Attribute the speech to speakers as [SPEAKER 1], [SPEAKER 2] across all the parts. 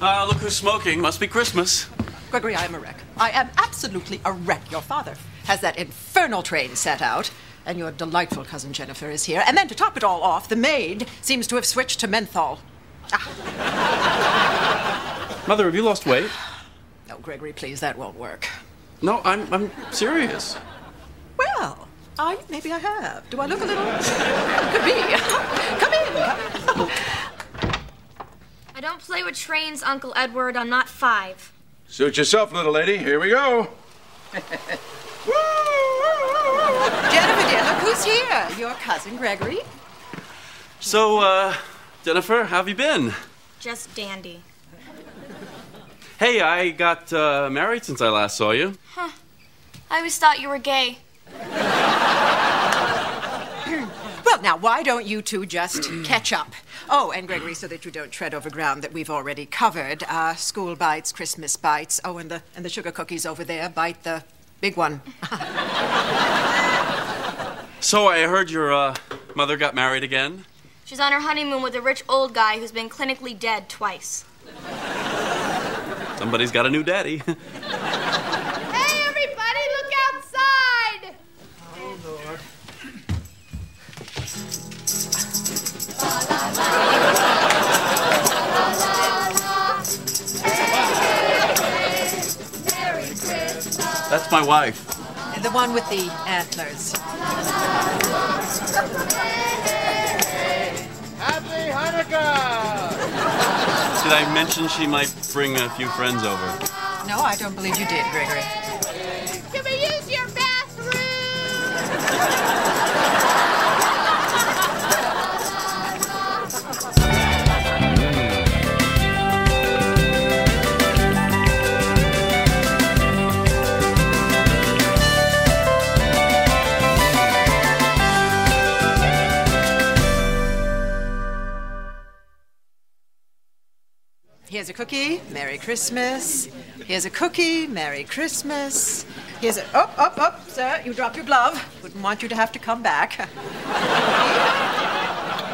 [SPEAKER 1] Uh, look who's smoking. Must be Christmas.
[SPEAKER 2] Gregory, I am a wreck. I am absolutely a wreck. Your father has that infernal train set out, and your delightful cousin Jennifer is here. And then to top it all off, the maid seems to have switched to menthol. Ah,
[SPEAKER 1] Mother, have you lost weight?
[SPEAKER 2] No, Gregory, please, that won't work.
[SPEAKER 1] No, I'm, I'm serious.
[SPEAKER 2] Well, I maybe I have. Do I look a little? Could be. Come in. Come in.
[SPEAKER 3] I don't play with trains, Uncle Edward. I'm not five.
[SPEAKER 4] Suit yourself, little lady. Here we go.
[SPEAKER 2] Jennifer, dear, look who's here. Your cousin Gregory.
[SPEAKER 1] So, uh, Jennifer, how have you been?
[SPEAKER 3] Just dandy.
[SPEAKER 1] Hey, I got uh, married since I last saw you.
[SPEAKER 3] I always thought you were gay.
[SPEAKER 2] Well, now, why don't you two just catch up? Oh, and Gregory, so that you don't tread over ground that we've already covered. Uh, school bites, Christmas bites. Oh, and the and the sugar cookies over there bite the big one.
[SPEAKER 1] So I heard your uh, mother got married again.
[SPEAKER 3] She's on her honeymoon with a rich old guy who's been clinically dead twice.
[SPEAKER 1] Somebody's got a new daddy.
[SPEAKER 3] Hey, everybody, look outside!
[SPEAKER 1] That's my wife.
[SPEAKER 2] The one with the antlers.
[SPEAKER 4] Happy Hanukkah!
[SPEAKER 1] Did I mention she might bring a few friends over?
[SPEAKER 2] No, I don't believe you did, Gregory.
[SPEAKER 3] Can we use your bathroom?
[SPEAKER 2] Here's a cookie. Merry Christmas. Here's a cookie. Merry Christmas. Here's a. Up, up, up, sir. You dropped your glove. Wouldn't want you to have to come back.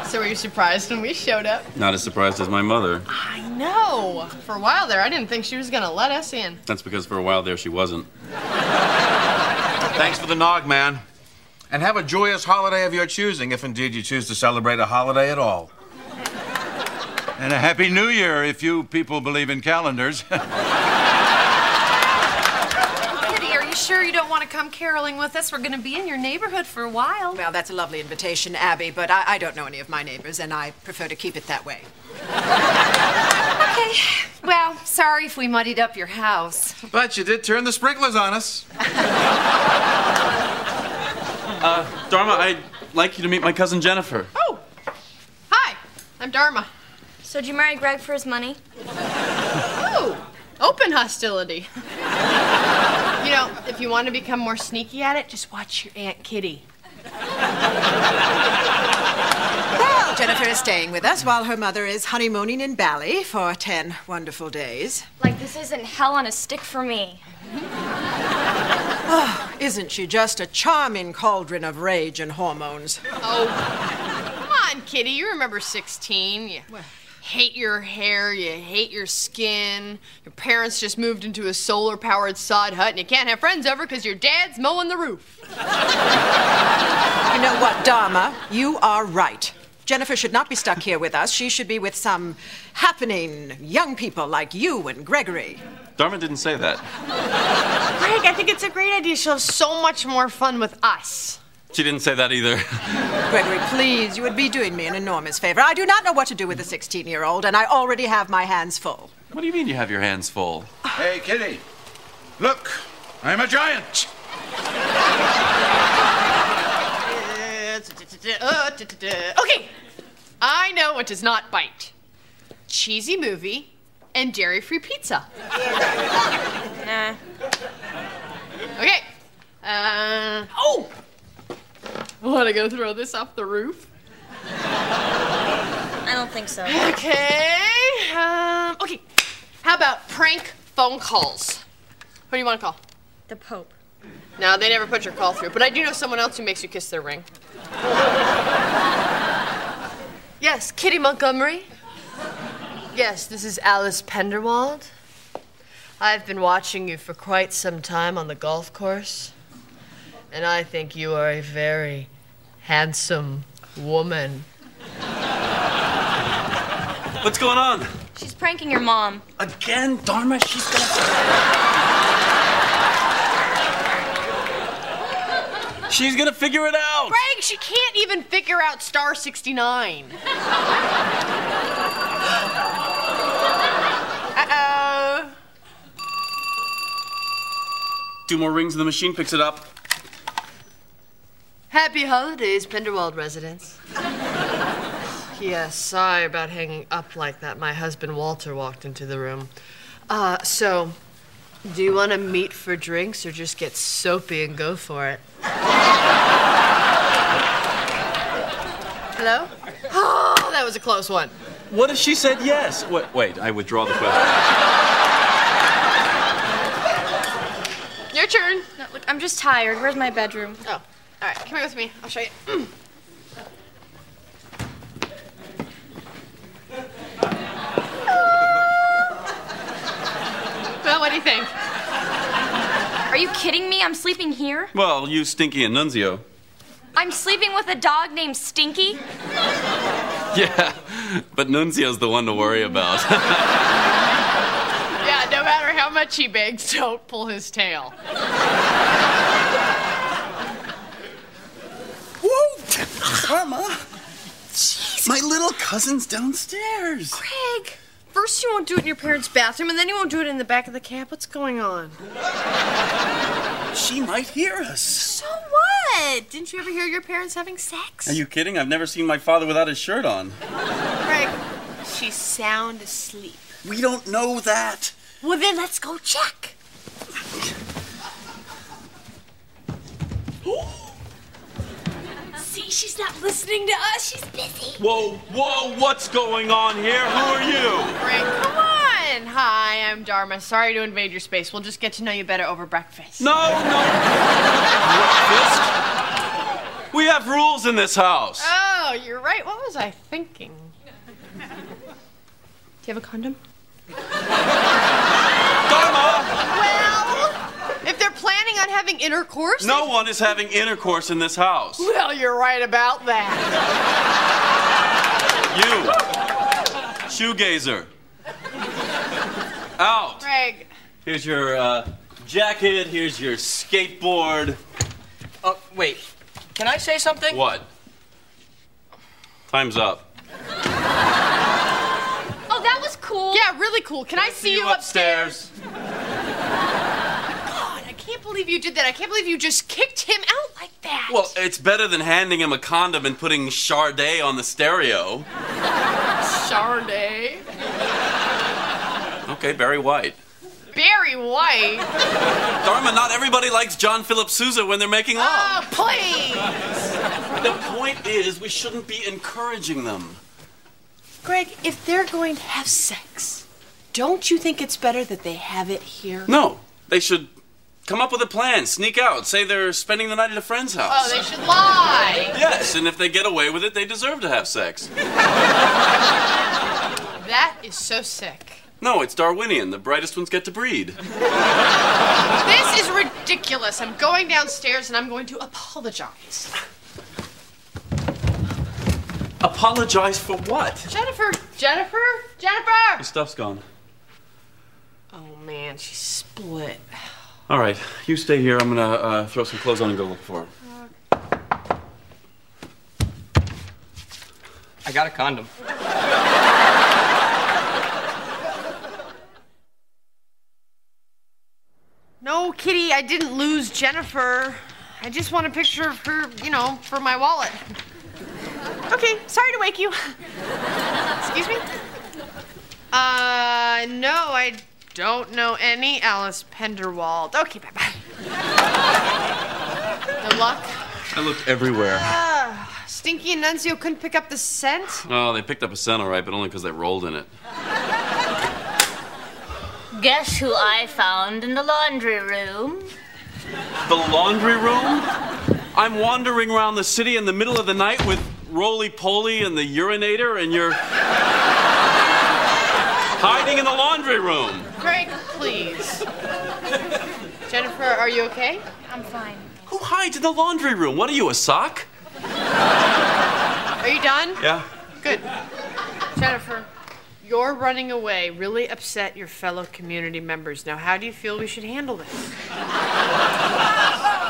[SPEAKER 5] So were you surprised when we showed up?
[SPEAKER 1] Not as surprised as my mother.
[SPEAKER 5] I know. For a while there, I didn't think she was gonna let us in.
[SPEAKER 1] That's because for a while there she wasn't.
[SPEAKER 4] Thanks for the nog, man. And have a joyous holiday of your choosing, if indeed you choose to celebrate a holiday at all. And a happy new year if you people believe in calendars.
[SPEAKER 5] Kitty, are you sure you don't want to come caroling with us? We're gonna be in your neighborhood for a while.
[SPEAKER 2] Well, that's a lovely invitation, Abby, but I, I don't know any of my neighbors, and I prefer to keep it that way.
[SPEAKER 5] Okay. Well, sorry if we muddied up your house.
[SPEAKER 4] but you did turn the sprinklers on us.
[SPEAKER 1] Dharma, I'd like you to meet my cousin Jennifer.
[SPEAKER 5] Oh. Hi. I'm Dharma.
[SPEAKER 3] So, did you marry Greg for his money?
[SPEAKER 5] Oh. Open hostility. you know, if you want to become more sneaky at it, just watch your Aunt Kitty.
[SPEAKER 2] Well, Jennifer is staying with us while her mother is honeymooning in Bali for 10 wonderful days.
[SPEAKER 3] Like, this isn't hell on a stick for me.
[SPEAKER 2] Isn't she just a charming cauldron of rage and hormones?
[SPEAKER 5] Oh. Come on, Kitty. You remember 16. You hate your hair. You hate your skin. Your parents just moved into a solar powered sod hut, and you can't have friends over because your dad's mowing the roof.
[SPEAKER 2] You know what, Dharma? You are right. Jennifer should not be stuck here with us. She should be with some happening young people like you and Gregory.
[SPEAKER 1] Dharma didn't say that.
[SPEAKER 5] Greg, I think it's a great idea. She'll have so much more fun with us.
[SPEAKER 1] She didn't say that either.
[SPEAKER 2] Gregory, please, you would be doing me an enormous favor. I do not know what to do with a 16 year old, and I already have my hands full.
[SPEAKER 1] What do you mean you have your hands full?
[SPEAKER 4] Hey, Kitty. Look, I'm a giant.
[SPEAKER 5] Okay, I know what does not bite cheesy movie and dairy free pizza.
[SPEAKER 3] Nah.
[SPEAKER 5] Okay. Uh, oh! Want to go throw this off the roof?
[SPEAKER 3] I don't think so.
[SPEAKER 5] Okay. Um, okay. How about prank phone calls? Who do you want to call?
[SPEAKER 3] The Pope.
[SPEAKER 5] No, they never put your call through, but I do know someone else who makes you kiss their ring. yes, Kitty Montgomery. Yes, this is Alice Penderwald. I've been watching you for quite some time on the golf course, and I think you are a very handsome woman.
[SPEAKER 1] What's going on?
[SPEAKER 3] She's pranking your mom.
[SPEAKER 1] Again, Dharma, she's gonna. she's gonna figure it out.
[SPEAKER 5] Greg, she can't even figure out Star 69. Uh oh.
[SPEAKER 1] Two more rings and the machine picks it up.
[SPEAKER 5] Happy holidays, Penderwald residents. yes, sorry about hanging up like that. My husband Walter walked into the room. Uh, so, do you want to meet for drinks or just get soapy and go for it? Hello? Oh, that was a close one.
[SPEAKER 1] What if she said yes? Wait, wait I withdraw the question.
[SPEAKER 5] Your turn.
[SPEAKER 3] No, look, I'm just tired. Where's my bedroom?
[SPEAKER 5] Oh, all right. Come here with me. I'll show you. well, what do you think?
[SPEAKER 3] Are you kidding me? I'm sleeping here?
[SPEAKER 1] Well, you stinky and Nunzio.
[SPEAKER 3] I'm sleeping with a dog named Stinky?
[SPEAKER 1] Yeah, but Nunzio's the one to worry about.
[SPEAKER 5] Yeah, no matter how much he begs, don't pull his tail.
[SPEAKER 6] Whoa! Karma! Oh, My little cousin's downstairs.
[SPEAKER 5] Peg, first you won't do it in your parents' bathroom, and then you won't do it in the back of the cab. What's going on?
[SPEAKER 6] She might hear us.
[SPEAKER 5] So what? Didn't you ever hear your parents having sex?
[SPEAKER 1] Are you kidding? I've never seen my father without his shirt on.
[SPEAKER 5] Greg, she's sound asleep.
[SPEAKER 6] We don't know that.
[SPEAKER 5] Well, then let's go check.
[SPEAKER 7] See, she's not listening to us. She's busy.
[SPEAKER 1] Whoa, whoa, what's going on here? Who are you?
[SPEAKER 5] Greg, come on. Hi, I'm Dharma. Sorry to invade your space. We'll just get to know you better over breakfast.
[SPEAKER 1] No, no. Breakfast? We have rules in this house.
[SPEAKER 5] Oh, you're right. What was I thinking? Do you have a condom?
[SPEAKER 1] Dharma!
[SPEAKER 5] Well, if they're planning on having intercourse,
[SPEAKER 1] No one is having intercourse in this house.
[SPEAKER 5] Well, you're right about that.
[SPEAKER 1] You. Shoegazer. Out.
[SPEAKER 5] Greg,
[SPEAKER 1] Here's your uh, jacket. Here's your skateboard.
[SPEAKER 8] Oh, wait. Can I say something?
[SPEAKER 1] What? Time's up.
[SPEAKER 3] Oh, that was cool.
[SPEAKER 5] yeah, really cool. Can I see you upstairs? God, I can't believe you did that. I can't believe you just kicked him out like that.
[SPEAKER 1] Well, it's better than handing him a condom and putting Charday on the stereo.
[SPEAKER 5] Charday.
[SPEAKER 1] Okay, Barry White.
[SPEAKER 5] Barry White.
[SPEAKER 1] Dharma, not everybody likes John Philip Sousa when they're making love.
[SPEAKER 5] Oh, please.
[SPEAKER 1] The point is, we shouldn't be encouraging them.
[SPEAKER 8] Greg, if they're going to have sex, don't you think it's better that they have it here?
[SPEAKER 1] No, they should come up with a plan, sneak out, say they're spending the night at a friend's house.
[SPEAKER 5] Oh, they should lie.
[SPEAKER 1] Yes, and if they get away with it, they deserve to have sex.
[SPEAKER 5] That is so sick.
[SPEAKER 1] No, it's Darwinian. The brightest ones get to breed.
[SPEAKER 5] This is ridiculous. I'm going downstairs and I'm going to apologize.
[SPEAKER 1] Apologize for what?
[SPEAKER 5] Jennifer, Jennifer, Jennifer.
[SPEAKER 1] Stuff's gone.
[SPEAKER 5] Oh man, she split.
[SPEAKER 1] All right, you stay here. I'm gonna uh, throw some clothes on and go look for him.
[SPEAKER 8] I got a condom.
[SPEAKER 5] No, Kitty, I didn't lose Jennifer. I just want a picture of her, you know, for my wallet. Okay, sorry to wake you. Excuse me? Uh, no, I don't know any Alice Penderwald. Okay, bye bye. Good luck.
[SPEAKER 1] I looked everywhere.
[SPEAKER 5] Stinky and Nunzio couldn't pick up the scent.
[SPEAKER 1] Oh, they picked up a scent, all right, but only because they rolled in it.
[SPEAKER 7] Guess who I found in the laundry room?
[SPEAKER 1] The laundry room? I'm wandering around the city in the middle of the night with roly poly and the urinator, and you're. hiding in the laundry room.
[SPEAKER 5] Greg, please. Jennifer, are you okay?
[SPEAKER 3] I'm fine.
[SPEAKER 1] Who hides in the laundry room? What are you, a sock?
[SPEAKER 5] Are you done?
[SPEAKER 1] Yeah.
[SPEAKER 5] Good. Jennifer, your running away really upset your fellow community members. Now, how do you feel we should handle this?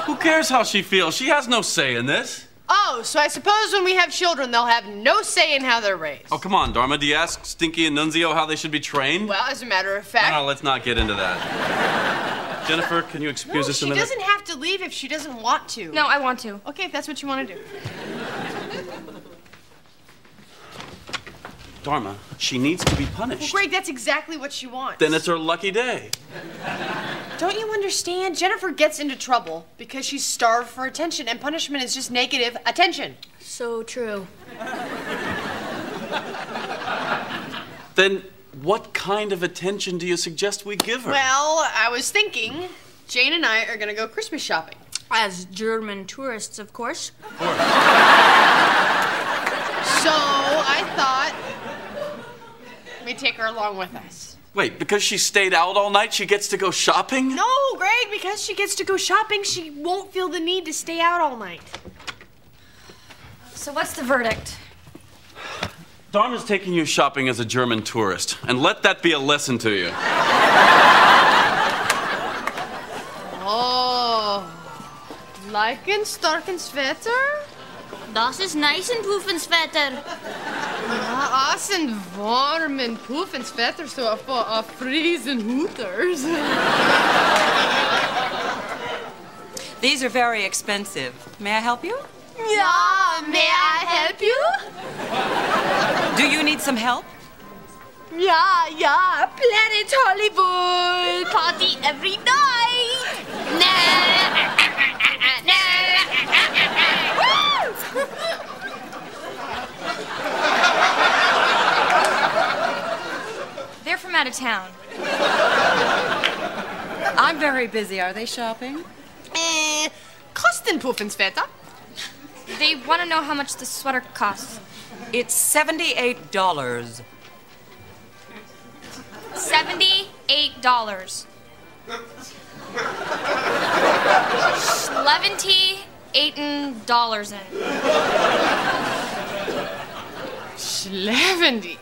[SPEAKER 1] Who cares how she feels? She has no say in this.
[SPEAKER 5] Oh, so I suppose when we have children, they'll have no say in how they're raised.
[SPEAKER 1] Oh, come on, Dharma. Do you ask Stinky and Nunzio how they should be trained?
[SPEAKER 5] Well, as a matter of
[SPEAKER 1] no,
[SPEAKER 5] fact,
[SPEAKER 1] no, let's not get into that. Jennifer, can you excuse
[SPEAKER 5] no,
[SPEAKER 1] us a
[SPEAKER 5] she
[SPEAKER 1] minute?
[SPEAKER 5] doesn't have to leave if she doesn't want to.
[SPEAKER 3] No, I want to.
[SPEAKER 5] Okay, if that's what you want to do.
[SPEAKER 1] Dharma, she needs to be punished.
[SPEAKER 5] Greg, that's exactly what she wants.
[SPEAKER 1] Then it's her lucky day.
[SPEAKER 5] Don't you understand? Jennifer gets into trouble because she's starved for attention, and punishment is just negative attention.
[SPEAKER 3] So true.
[SPEAKER 1] Then what kind of attention do you suggest we give her?
[SPEAKER 5] Well, I was thinking Jane and I are gonna go Christmas shopping.
[SPEAKER 3] As German tourists, of course.
[SPEAKER 5] So I thought we'd take her along with us.
[SPEAKER 1] Wait, because she stayed out all night, she gets to go shopping?
[SPEAKER 5] No, Greg, because she gets to go shopping, she won't feel the need to stay out all night.
[SPEAKER 3] So what's the verdict?
[SPEAKER 1] Dharma's taking you shopping as a German tourist, and let that be a lesson to you.
[SPEAKER 5] Oh. Liken Starkens Wetter?
[SPEAKER 7] Das ist nice and Pufenswetter.
[SPEAKER 5] Ja, assen warmen Pufenswetter, so auf, auf friesen Hooters.
[SPEAKER 9] These are very expensive. May I help you?
[SPEAKER 5] Ja, may I help you?
[SPEAKER 9] Do you need some help?
[SPEAKER 5] Ja, ja, Planet Hollywood.
[SPEAKER 7] Party every night. Nah. Nah. Woo!
[SPEAKER 3] They're from out of town.
[SPEAKER 9] I'm very busy. Are they shopping?
[SPEAKER 5] Eh, kosten Pufenswetter?
[SPEAKER 9] ah?
[SPEAKER 3] They want to know how much the sweater costs.
[SPEAKER 9] It's $78.
[SPEAKER 3] Seventy-eight dollars. Seventy eight dollars in.
[SPEAKER 5] Eleven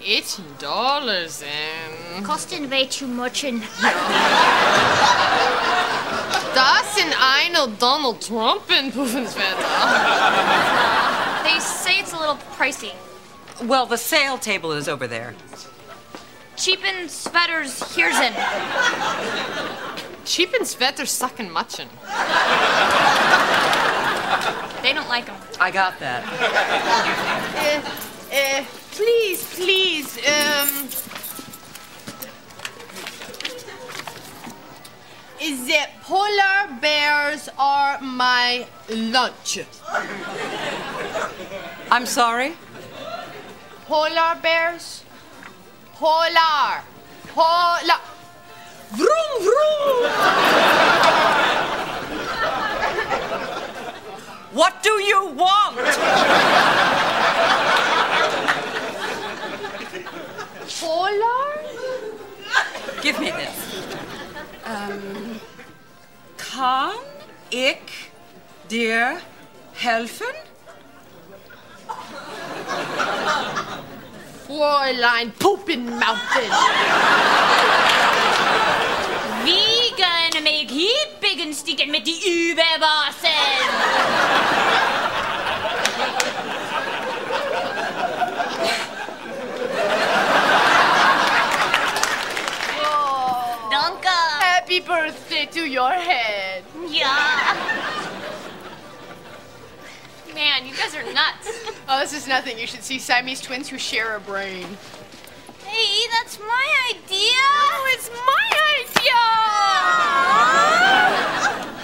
[SPEAKER 5] eighteen dollars ähm. in.
[SPEAKER 7] Costing way too much in.
[SPEAKER 5] Das in eine Donald Trump in Pufenswetter.
[SPEAKER 3] They say it's a little pricey.
[SPEAKER 9] Well, the sale table is over there.
[SPEAKER 3] Cheapen sweaters here's in.
[SPEAKER 5] Cheap in Sweater sucking muchin.
[SPEAKER 3] They don't like them.
[SPEAKER 9] I got that.
[SPEAKER 5] Eh, eh, please, please, um. The polar bears are my lunch.
[SPEAKER 9] I'm sorry?
[SPEAKER 5] Polar bears? Polar. Polar. Vroom, vroom.
[SPEAKER 9] What do you want?
[SPEAKER 5] Polar?
[SPEAKER 9] Give me this. Um, kann ich dir helfen?
[SPEAKER 5] Fräulein Poopin Mountain.
[SPEAKER 7] Wie gonna make heat big and sticken mit die Überbassen. Danke.
[SPEAKER 5] Happy birthday to your head.
[SPEAKER 7] Ja.
[SPEAKER 3] Man, you guys are nuts.
[SPEAKER 5] Oh, this is nothing. You should see Siamese twins who share a brain.
[SPEAKER 7] Hey, that's my idea. No, Oh, it's my idea.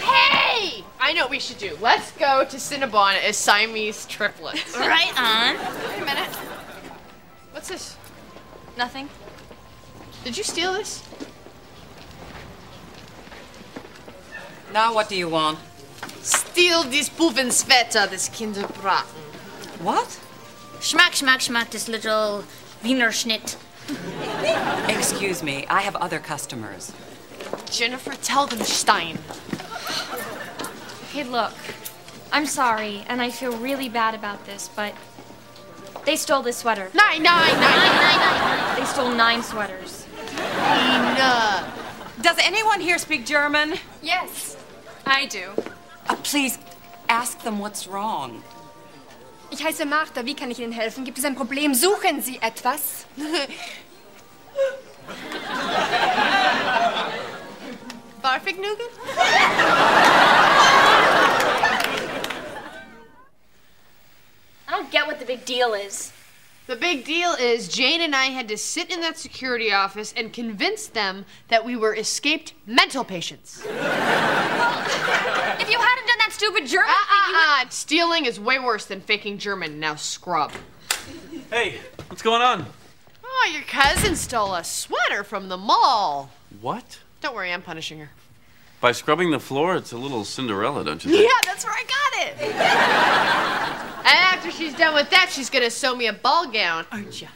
[SPEAKER 5] Hey! I know what we should do. Let's go to Cinnabon as Siamese triplets.
[SPEAKER 7] right on.
[SPEAKER 5] Wait a minute. What's this?
[SPEAKER 3] Nothing.
[SPEAKER 5] Did you steal this?
[SPEAKER 9] Now, what do you want?
[SPEAKER 5] Steal this Puven Sveta, this Kinderbraten.
[SPEAKER 9] What?
[SPEAKER 7] Schmack, schmack, schmack this little Wiener Schnitt.
[SPEAKER 9] Excuse me, I have other customers.
[SPEAKER 5] Jennifer, tell them Stein.
[SPEAKER 3] Hey, look. I'm sorry, and I feel really bad about this, but they stole this sweater.
[SPEAKER 5] Nine, nine, nine,
[SPEAKER 3] They stole nine sweaters.
[SPEAKER 5] nine. Enough.
[SPEAKER 9] Does anyone here speak German?
[SPEAKER 3] Yes, I do.
[SPEAKER 9] Uh, please ask them what's wrong.
[SPEAKER 10] Ich heiße Martha. Wie kann ich Ihnen helfen? Gibt es ein Problem? Suchen Sie etwas?
[SPEAKER 5] Barfig Nugent?
[SPEAKER 3] I don't get what the big deal is.
[SPEAKER 5] The big deal is Jane and I had to sit in that security office and convince them that we were escaped mental patients.
[SPEAKER 3] If you hadn't done that stupid German thing, Uh, you would...
[SPEAKER 5] Uh-uh-uh. Ah, Stealing is way worse than faking German. Now scrub.
[SPEAKER 1] Hey, what's going on?
[SPEAKER 5] Oh, your cousin stole a sweater from the mall.
[SPEAKER 1] What?
[SPEAKER 5] Don't worry, I'm punishing her.
[SPEAKER 1] By scrubbing the floor, it's a little Cinderella, don't you think?
[SPEAKER 5] Yeah, that's where I got it. and after she's done with that, she's gonna sew me a ball gown, aren't you?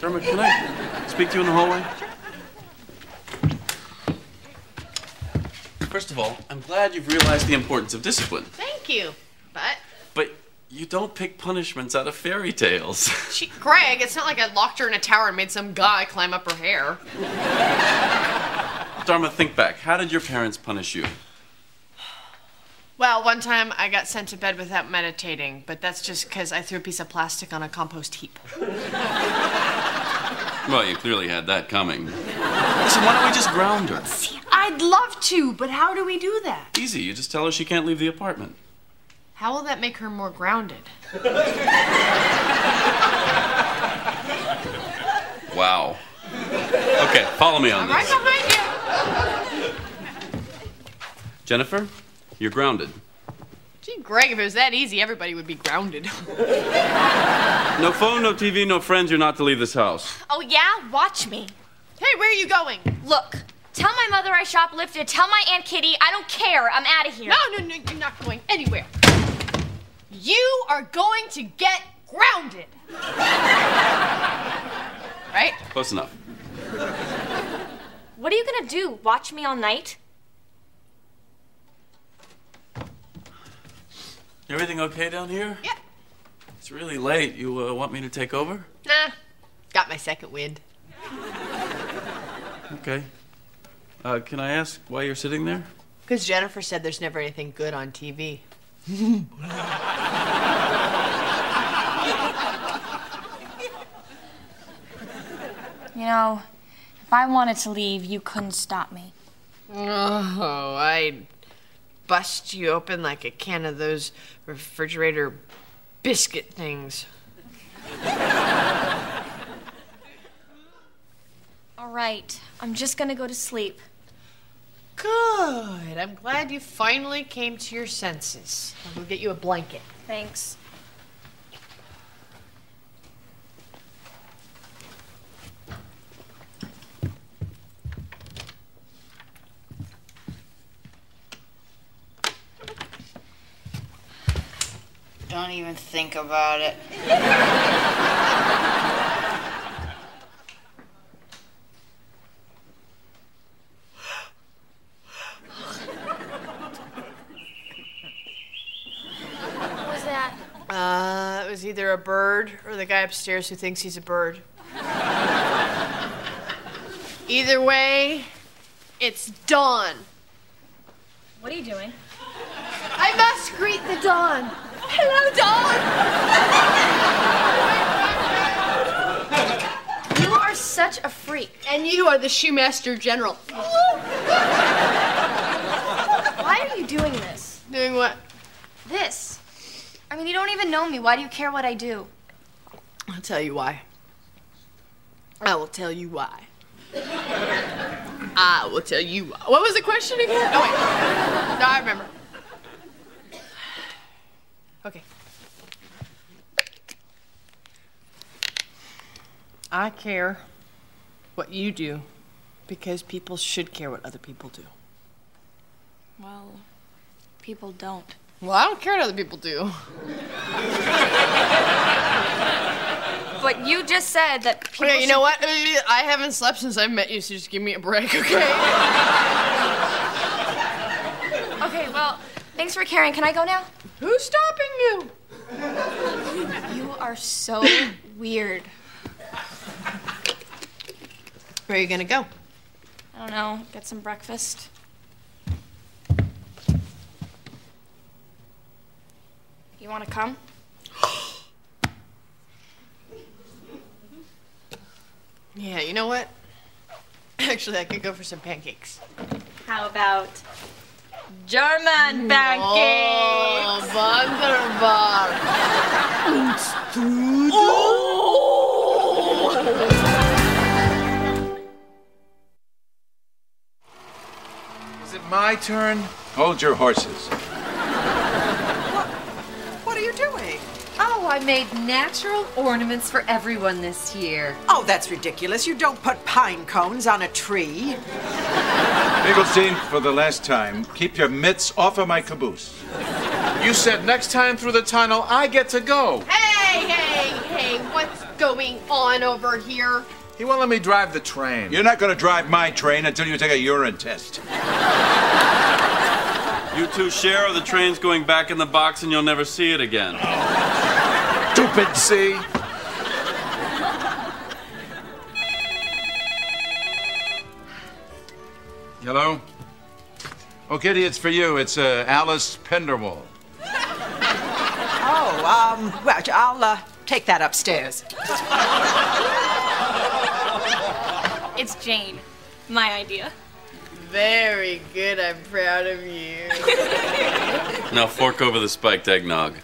[SPEAKER 1] Dermot, can I speak to you in the hallway? First of all, I'm glad you've realized the importance of discipline.
[SPEAKER 5] Thank you. But
[SPEAKER 1] But you don't pick punishments out of fairy tales.
[SPEAKER 5] she, Greg, it's not like I locked her in a tower and made some guy climb up her hair.
[SPEAKER 1] Dharma, think back. How did your parents punish you?
[SPEAKER 5] Well, one time I got sent to bed without meditating, but that's just because I threw a piece of plastic on a compost heap.
[SPEAKER 1] Well, you clearly had that coming. Listen, why don't we just ground her?
[SPEAKER 5] I'd love to, but how do we do that?
[SPEAKER 1] Easy, you just tell her she can't leave the apartment.
[SPEAKER 5] How will that make her more grounded?
[SPEAKER 1] Wow. Okay, follow me on
[SPEAKER 5] I'm right
[SPEAKER 1] this.
[SPEAKER 5] behind you.
[SPEAKER 1] Jennifer, you're grounded.
[SPEAKER 5] Gee, Greg, if it was that easy, everybody would be grounded.
[SPEAKER 1] No phone, no TV, no friends. You're not to leave this house.
[SPEAKER 3] Oh, yeah? Watch me.
[SPEAKER 5] hey, where are you going?
[SPEAKER 3] Look, tell my mother I shoplifted. Tell my Aunt Kitty. I don't care. I'm out of here.
[SPEAKER 5] Oh, No, no, no, you're not going anywhere. You are going to get grounded. right?
[SPEAKER 1] Close enough.
[SPEAKER 3] What are you gonna do? Watch me all night?
[SPEAKER 1] Everything okay down here?
[SPEAKER 5] Yeah.
[SPEAKER 1] It's really late. You uh, want me to take over?
[SPEAKER 5] Nah, got my second wind.
[SPEAKER 1] Okay. Uh, can I ask why you're sitting there?
[SPEAKER 5] Because Jennifer said there's never anything good on TV.
[SPEAKER 3] You know, if I wanted to leave, you couldn't stop me.
[SPEAKER 5] Oh, I'd bust you open like a can of those refrigerator biscuit things.
[SPEAKER 3] All right, I'm just gonna go to sleep.
[SPEAKER 5] Good. I'm glad you finally came to your senses. I'll go get you a blanket.
[SPEAKER 3] Thanks.
[SPEAKER 11] Don't even think about it.
[SPEAKER 3] What was that?
[SPEAKER 5] Uh, it was either a bird or the guy upstairs who thinks he's a bird. either way, it's dawn.
[SPEAKER 3] What are you doing?
[SPEAKER 5] I must greet the dawn. Hello, dawn.
[SPEAKER 3] You are such a freak.
[SPEAKER 5] And you are the shoemaster general.
[SPEAKER 3] Why are you doing this?
[SPEAKER 5] Doing what?
[SPEAKER 3] This. I mean, you don't even know me. Why do you care what I do?
[SPEAKER 5] I'll tell you why. I will tell you why. I will tell you why. What was the question again? Oh, wait. No, I remember. Okay. I care what you do because people should care what other people do.
[SPEAKER 3] Well, people don't.
[SPEAKER 5] Well, I don't care what other people do.
[SPEAKER 7] But you just said that people.
[SPEAKER 5] Oh, Yeah, you know
[SPEAKER 7] should-
[SPEAKER 5] what? I haven't slept since I met you, so just give me a break, okay?
[SPEAKER 7] Okay, well, thanks for caring. Can I go now?
[SPEAKER 5] Who's stopping you?
[SPEAKER 7] You are so weird.
[SPEAKER 5] Where are you gonna go?
[SPEAKER 7] I don't know. Get some breakfast. You want to come?
[SPEAKER 5] Yeah, you know what? Actually, I could go for some pancakes.
[SPEAKER 12] How about German pancakes?
[SPEAKER 5] Oh, wunderbar.
[SPEAKER 4] Is it my turn? Hold your horses.
[SPEAKER 2] What are you doing?
[SPEAKER 10] Oh, I made natural ornaments for everyone this year.
[SPEAKER 2] Oh, that's ridiculous. You don't put pine cones on a tree.
[SPEAKER 4] Finkelstein, for the last time, keep your mitts off of my caboose. You said next time through the tunnel, I get to go.
[SPEAKER 5] Hey, hey, hey, what's going on over here?
[SPEAKER 4] He won't let me drive the train. You're not going to drive my train until you take a urine test.
[SPEAKER 1] You two share, or the train's going back in the box and you'll never see it again.
[SPEAKER 4] Stupid C. Hello? Oh, Kitty, it's for you. It's uh, Alice Penderwall.
[SPEAKER 2] Oh, um, well, I'll uh, take that upstairs.
[SPEAKER 12] It's Jane. My idea.
[SPEAKER 5] Very good. I'm proud of you.
[SPEAKER 1] Now fork over the spiked eggnog.